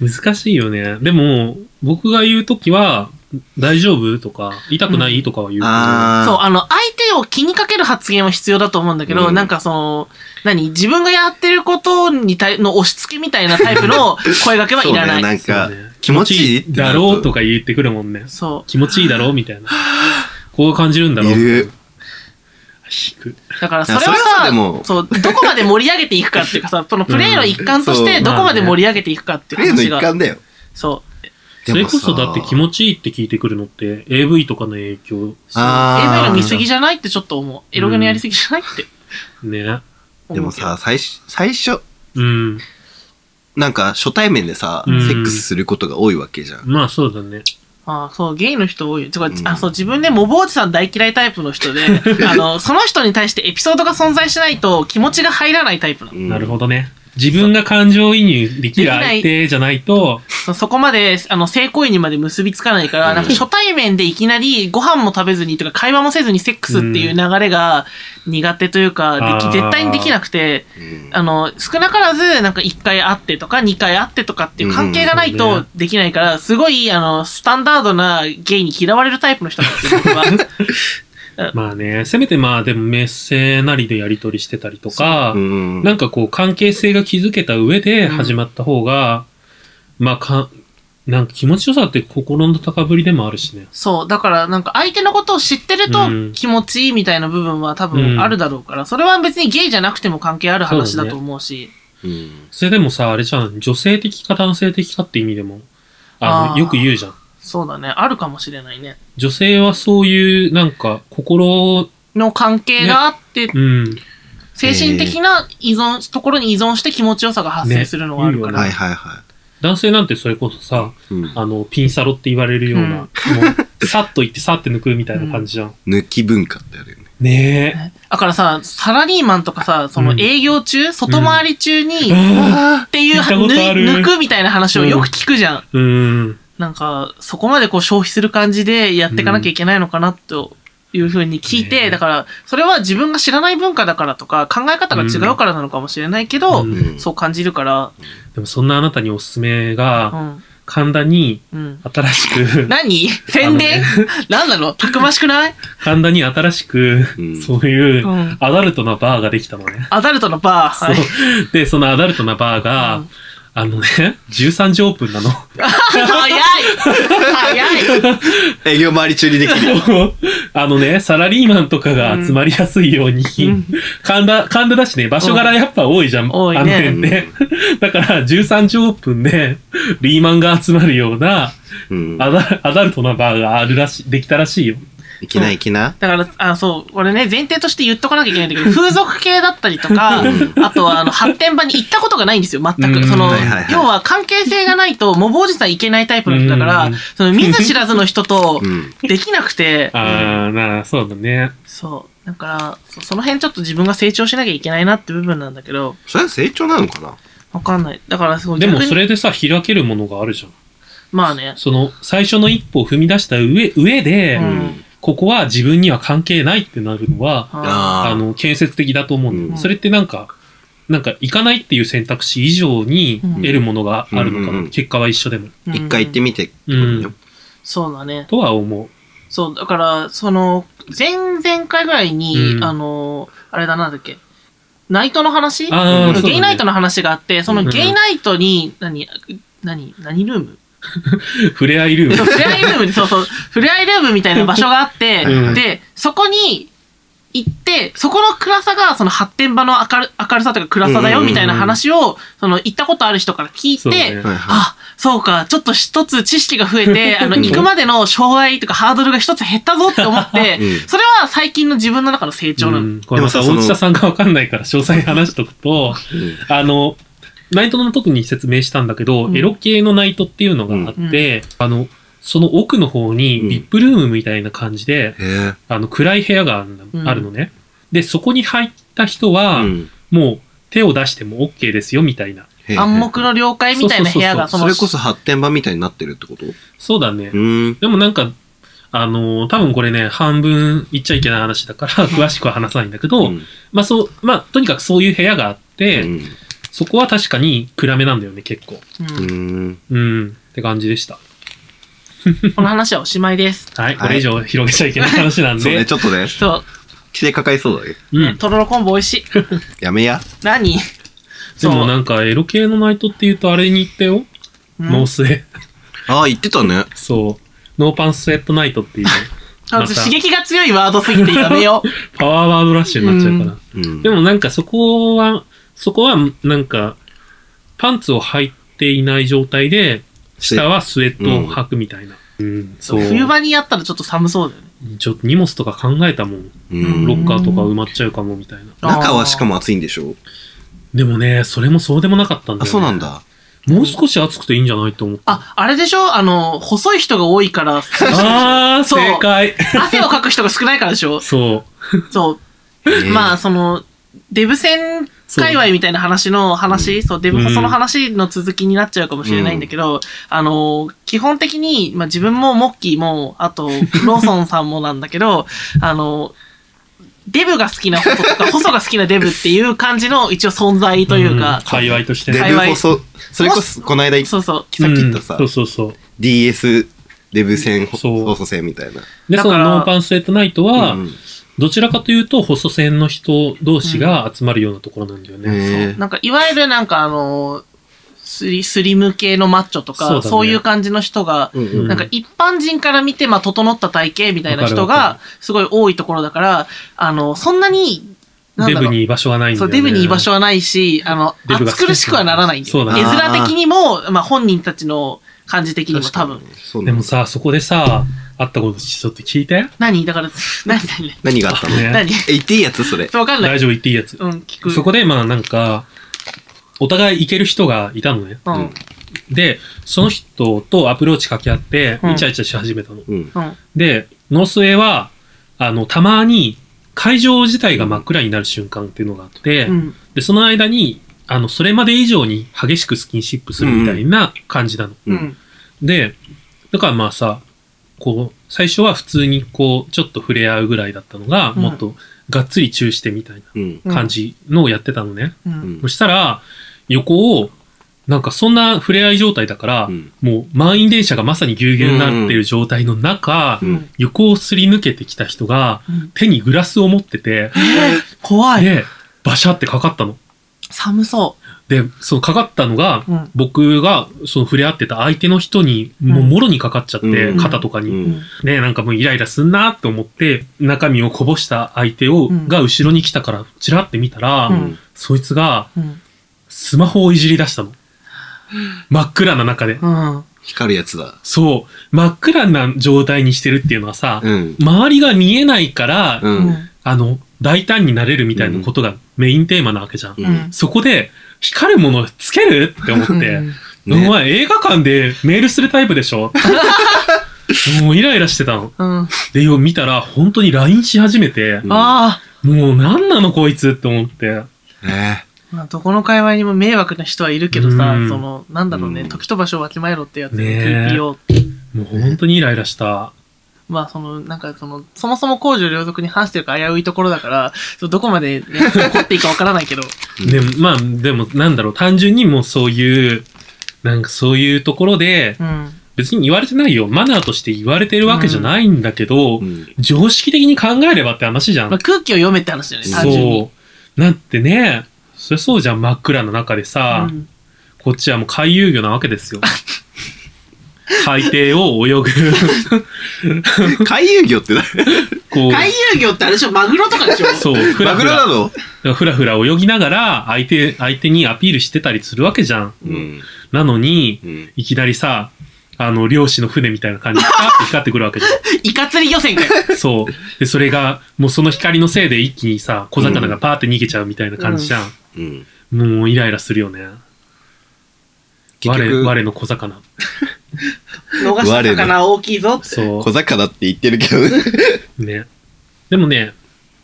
難しいよね。でも、僕が言うときは、大丈夫とか、痛くない、とかは言うけど。
あー。
そう、あの、相手を気にかける発言は必要だと思うんだけど、
うん
なんかその、何自分がやってることに対、の押し付けみたいなタイプの声掛けはい
そうね
らな。
ないんか
そうね、
気持ちいいってな
だ
ると
ろうとか言ってくるもんね。
そう。
気持ちいいだろうみたい な。こう感じるんだろう。
いる。
引く。
だからそれは
それはさ
さ
でも
そう、どこまで盛り上げていくかっていうかさ、そのプレーの一環とし
う
て
ん
どこまで盛り上げていくかっていう
例の
話
一
が。
環だよ。
そう。
それこそだって気持
ち
ちいいって聞いてくるのって、AV とかの影響。
そう
あー
AV の見過ぎじゃないってちょっと思う。エロゲのやりすぎじゃないって
ね。
で
思
も
うけど。
さ、最初、最初、
うん。
なんか初対面でさ、セ
うん
ックスすることが多いわけじゃん。
まあそうだね。
ああそう、ゲイの人多い。つまり
うん
あそう自分でモボおじさん大嫌いタイプの 人で、あの、その人に対してエピソードが存在しないと気持ちが入らないタイプなの。
なる
ど。
ほどね。自分が感情移入できる相手じゃないと、
そそこまで、あの、性行為にまで結びつかないから、なんか初対面でいきなりご飯も食べずにとか会話もせずにセックスっていう流れが苦手というか、で
あー
き、絶対にできなくて、
うん
あの、少なからず、なんか1回会ってとか2回会ってとかっていう関係がない
うんそう
と
ね
できないから、すごい、あの、スタンダードなゲイに嫌われるタイプの人なんですよ、僕は。
まあね、せめてまあでもメッセなりでやり取りしてたりとか、
うん。
なんかこう関係性が築けた上で
うん
始まった方が、まあか、なんか気持ちよさって心の高ぶりでもあるしね。
そう。だから、なんか相手のことを知ってる
うん
と気持ちいいみたいな部分は多分あるだろうから、それは別にゲイじゃなくても関係ある話だと思うし。
うん
それでもさ、あれじゃん、女性的か男性的かって意味でも、あの、
あー
よく言うじゃん。
そうだね。あるかもしれないね。
女性はそういう、なんか、心、
の関係があって、
うん、
精神的な依存、ところに依存して気持ちよさが発生するのはあるから。
ね
はいはいは
男性なんてそれこそさ、
い。うん
あの、ピンサロって言われるような、
うん
もうさっと行ってさって抜くみたいな感じじゃん。
抜き文化ってあるよね。
ね
だからさ、サラリーマンとかさ、その
うん
営業中、外回り中
え。
に、っ
あ
ていう、
聞いたことある
抜い抜くみたいな話をよく聞くじゃん。
うん。
なんか、そこまでこう消費する感じでやっていかなきゃいけないのかなというふうに聞い
ね
て、
え
だから、それは自分が知らない文化だからとか、考え方が違うからなのかもしれないけど、
うん
うん
そう感じるから、
でもそんなあなたにおすすめ
う
が、
ん。
神田に
うん。
新しく、
何宣伝 何なのたくましくない
神田に新しく
うん、
そういう
うん
アダルトなバーができたのね。
アダルトのバー。
そう
はい。
で、そのアダルトなバー
う
が
ん、
あのね、13時オープンなの。
早い早い
営業回り中にでき る。
あのね、サラリーマンとかが集まりやすいように、
うん
神田、神田だしね、場所柄やっぱ多いじゃん、
多いね
あの辺ね。 だから、13時オープンで、リーマンが集まるような、
うん。
アダアダルトなバーがあるらしい、できたらしいよ。
いきな、いきな。
だから、あ、そう、俺ね、前提として言っとかなきゃいけないんだけど、風俗系だったりとか
うん、
あとは、あの、発展場に行ったことがないんですよ、全
うん
く。その
はい
はいは、い
要は関係性がないと、もぼおじさんいけないタイプの人だか
う
ら
ん、
その、見ず知らずの人と
う、ん。
できなく て、
ああ、なあ、そうだね。
そう。だから、そその辺ちょっと自分が成長しなきゃいけないなって部分なんだけど、
それは成長なのかな
わかんない。だから、そう、
でも
逆に
それでさ、開けるものがあるじゃん。
まあね。
その、最初の一歩を踏み出した上、上で、
うん
ここは自分には関係ないってなるのは、
あ
あ
あ
の、建設的だと思うの、
うん
それってなんか、なんか行かないっていう選択肢以上に
うん
得るものがあるのかな。
うんうん
結果は一緒でも。
ー
ー一回行って
うん
みてってこと
うん
よ。
そうだね。
とは思う。
そう、だから、その、前々回ぐらいに、
うん
あの、あれだなんだっけ、ナイトの
あ
話
ーそうだね
ゲイナイトの話があって、その
うん
ゲイナイトに、何、何、何ルーム
触れ合いルー
そう
ム。
ふれあいルームに、そうそう、ふれあいルームみたいな場所があって、
うん
で、そこに行って、そこの暗さが、その発展場の明る明るさというか暗さだよ、みたいな話を、その行ったことある人から聞い
そう
て、
ね。
はいは
あ、そうか、ちょっと一つ知識が増え て、あの、行くまでの障害とかハードルが一つ減ったぞって思って、
うん
それは最近の自分の中の成長な
う
の。
んこれまた
でもさそ
大
の
下さんがわかんないから詳細話しとくと、
い。うん
あの、ナイトの時に説明したんだけど、
うん
エロ系のナイトっていうのがあって、あの、その奥の方に
うん
リップルームみたいな感じで、
へ
あの、暗い部屋があるの
うん
あるのね。で、そこに入った人
え。
は、
うん
もう手を出しても OK ですよ、みたいな。
へー
暗黙の了解みたいな部屋が、
そう
そ
の
れこそ発展場みたいになってるってことう
そうだね。
ーん。
でもなんか、あのー多分これね、半分言っちゃいけない話だから、詳しくは話さないんだけど、
ん。
まあそう、まあ、とにかくそういう部屋があって、
うん
そこは確かに暗めなんだよね、結構。
う
うー
ん
ん。
うん、って感じでした。
この話はおしまいです。
はい、
は
こ
い
れ以上広げちゃいけない話なん
そう
で
ね、。ちょっ とね、
そ
規制かかりそうだね。
う
う、
ん。
とろろ昆布美味 しい。
やめや。
何
で
そう
もなんか、エロ系のナイトっていうとあれに行ったよ。
うん
ノースエ。
ああ、言ってたね。
そう。ノーパンスウェットナイトっていう、
あ
また
刺激が強いワードすぎてやめよう。
パワーワードラッシュになっちゃうから。
うん。
でもなんかそこは、そこはなんか、パンツを履いていない状態で、下はスウェットを履くみたいな。うん、 そう。
冬場にやったらちょっと寒そうだよね。
ちょっと荷物とか考えたもん。
う
ロ
ん。
ッカーとか埋まっちゃうかもみたいな。
中はしかも暑いんでしょ
でもね、それもそうでもなかったんだよ、ね。
あ、そうなん。だ。
もう少し暑くていいんじゃないと思った。
あ、あれでしょあの、細い人が多いから、
あー、
そう
正解。
汗をかく人が少ないからでしょ
そう。
そう。
ねえ
まあ、その、デブ戦界隈みたいな話の話、そう、デブ
うん
その話の続きになっちゃうかもしれないんだけど、あの、基本的に、まあ自分もモッキーも、あと、ローソンさんもなんだ けど、あの、デブが好きな細とか、細が好きなデブっていう感じの一応存在というか
ん、界隈として
デ
ね。
ブ放送、それこそ、この間、さ
そうそう。
っき言ったさ
うん、そうそうそう。
DS デブ戦
そう
放送戦みたいな。
で、
だ
そ
か
の
ら
ノーパンスウェットナイトは、
うん
どちらかというと、細線の人同士が集まるようなところなんだよね。
へえ
なんか、いわゆるなんかあの、スリスリム系のマッチョと
そ
か、
うだね
そういう感じの人が、
うんうん
なんか一般人から見て、まあ、整った体型みたいな人
わかるわ
が、すごい多いところだから、あの、そんなに、なん
デ
だ
ブ
ろう。
に居場所はないんだ
そ
よ
う、
ね。
デブに居場所はないし、あの、
デブが
暑苦しくはならないんだよ。
そうだね
絵面的にも、まあ、本人たちの感じ的にも多分。
そう
で
ね
もさ、そこでさ、会ったことちょっと聞いて。
何だから、何何
何があったの
ね
え、
何
言っていいやつそれ。
そうわかんない。
大丈夫言っていいやつ。
うん、聞く。
そこで、まあなんか、お互い行ける人がいたのね。
うん。う
うんん。
で、その人とアプローチ掛け合って、
うん
イチャイチャし始めたの。
うん。
で、ノースウェイは、あの、たまに会場自体が真っ暗になる瞬間っていうのがあって、
うん。
で、その間に、あの、それまで以上に激しくスキンシップするみたいな感じなの。
うん。
で、だからまあさ、こう、最初は普通にこう、ちょっと触れ合うぐらいだったのが、
うん
もっとがっつり中してみたい
うん。
な感じのをやってたのね。
う。
うんん
そしたら、横を、なんかそんな触れ合い状態だから、
うん
もう満員電車がまさにぎゅうぎゅうになってる状態の中、
うん
うん
横をすり抜けてきた人が、
うん
手にグラスを持ってて、
怖い。
で、バシャってかかったの。
寒そ
で、そのかかったのが、
う。うん。
僕がその触れ合ってた相手の人に、もう
うん
もろにかかっちゃって、
うん
肩とかに。
うん
ね、なんかもうイライラすんなって思って、中身をこぼした相手を、
うん
が後ろに来たから、ちらって見たら、
うん
そいつが
うん。
スマホをいじり出したの。真っ暗な中で。
うん。
光るやつだ。
そう。真っ暗な状態にしてるっていうのはさ、
うん。
周りが見えないから、
う。
うんん。
あの、大胆になれるみたいなことがメインテーマなわけじゃん。
う
うんん。
そこで、光るものつけるって思って、お
ね
前映画館でメールするタイプでし ょもうイライラしてたの。
うん。あ
で、よ、見たら、本当に LINE し始めて、
あ
もう何なのこいつって思って。
ね
ー。まあ、どこの界隈にも迷惑な人はいるけどさ、
うん
その、なんだろうね、
うん
時と場所をわきまえろってやつ、
ねえ
TPO って。
もう本当にイライラした。
まあ、その、なんか、その、そもそも公序良俗に反してるから危ういところだから、ちょっとどこまで、ね、怒っていいかわからないけど。
うん
で、まあ、でもなんだろう、単純にもうそういう、なんかそういうところで、
うん。
別に言われてないよ。マナーとして言われてるわけじゃないんだけど、
うん
常識的に考えればって話じゃん。
まあ、空気を読めって話だよね、単純に。
そう。なんてね、そりゃそうじゃん、真っ暗の中でさ、
うん
こっちはもう海遊魚なわけですよ。海底を泳ぐ、
海遊魚ってだ
こう、
海遊魚ってあれでしょマグロとかでしょ
そう、ふら
マグ
ふ
ロ
ら
なの
だからふらふら泳ぎながら相手、相手にアピールしてたりするわけじゃん。
ん。
なのに、
うん。
いきなりさ、あの、漁師の船みたいな感じで、パッて光ってくるわけじゃ
イカ釣り漁船かよ。
ん。そう。で、それが、もうその光のせいで一気にさ、小魚がパーって逃げちゃうみたいな感じじゃん。
うん。
もうイライラするよね。
結
我、
局、
我の小魚。
逃した魚大きいぞ。
そ
小魚って言ってるけどね。
う。ね。でもね、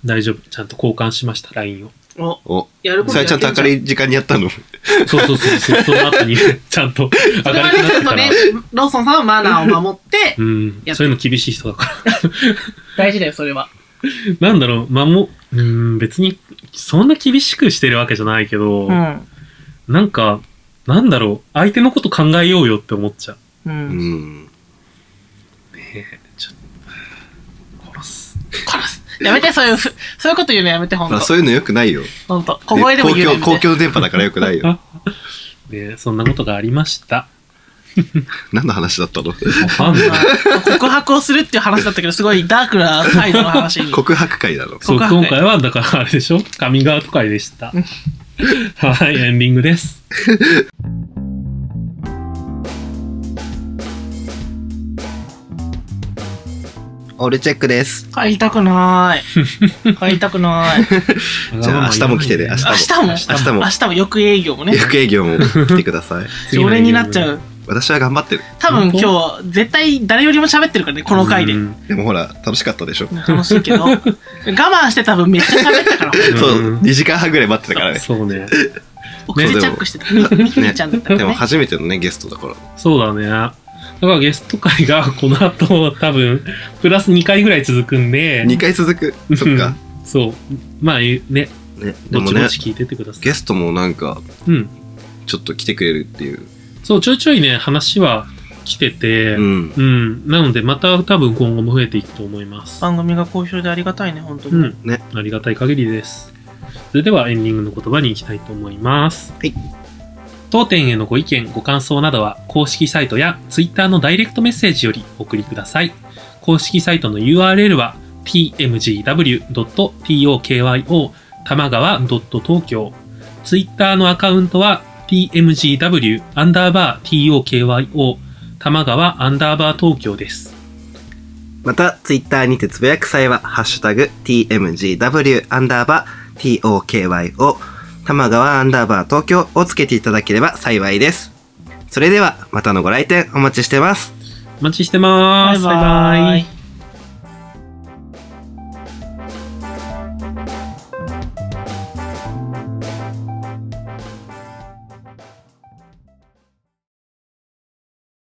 大丈夫。ちゃんと交換しました、LINE を。
お、
お、
やること
さやちゃんと明る
い。
い時間にやったの。
そうそうそうそう、その後に、 ちゃんと上
それ
が
ま
りに
で
なって
ちょ
か
っと
ら
ね。、ローソンさんはマナーを守って
う、ん。
やって
そういうの厳しい人だから。
大事だよ、それは。
なんだろう、まあ、もう、うーん、別に、そんな厳しくしてるわけじゃないけど、
ん。
なんか、なんだろう、相手のこと考えようよって思っちゃう。
う。
うんん。
ちょっと、殺す。
殺す。やめて、そういうふ、そういうこと言うのやめて、ほん
ま
と
あ。そういうのよくないよ。
ほんと。小声でも言うの
公
や
共、公
めて。
共電波だからよくないよ。
ねそんなことがありました。
何の話だったの
わかんない。
まあ告白をするっていう話だったけど、すごいダークな態度の話に。
告白会なの。
そう、
告白
今回は、だからあれでしょ神側とかでした。はい、エンディングです。
オールチェック です。
帰りたくなーい。帰りたくなーい。
じゃあ明日も来てね、明
わがまま言わないで
日
明日も
も。明日も
明。日も翌営業もね。
役営業も来てください。
常連になっちゃう。。
私は頑張ってる。
多分今日、絶対誰よりも喋ってるからね、この回で
う。ん
でもほら、楽しかったでしょ。
楽しいけど。我慢して多分めっちゃ 喋ったから。
ん
そう、2時間半ぐらい待ってたからね。
そう ね。
お口チャックしてた。みみひりちゃんだったか
で
ら
も
ね。
初めてのね、ゲストだから。
そうだね。だからゲスト会がこの後多分プラス2回ぐらい続くんで、
2回続く。そっか。
うん。そう。まあね、
ね、で
どっ
も
ちど
ね
っ、ち聞いてってください。
ゲストもなんか、
うん。
ちょっと来てくれるっていう。
そう、ちょいちょいね、話は来てて、
う
うん。
ん。
なので、また多分今後も増えていくと思います。
番組が好評でありがたいね、本当
う
に。
ん。
ね
ありがたい限りです。それではエンディングの言葉に行きたいと思います。
はい。
当店へのご意見、ご感想などは、公式サイトや Twitter のダイレクトメッセージよりお送りください。公式サイトの URL は、tmgw.tokyo 玉川 .tokyo。Twitter のアカウントは、tmgw アンダーバー tokyo 玉川アンダーバー東京です。
また、ツイッターにてつぶやく際は、ハッシュタグ、tmgw アンダーバー tokyo、玉川アンダーバー東京をつけていただければ幸いです。それでは、またのご来店お待ちしてます。
お待ちしてま
バイ
す。
バイ。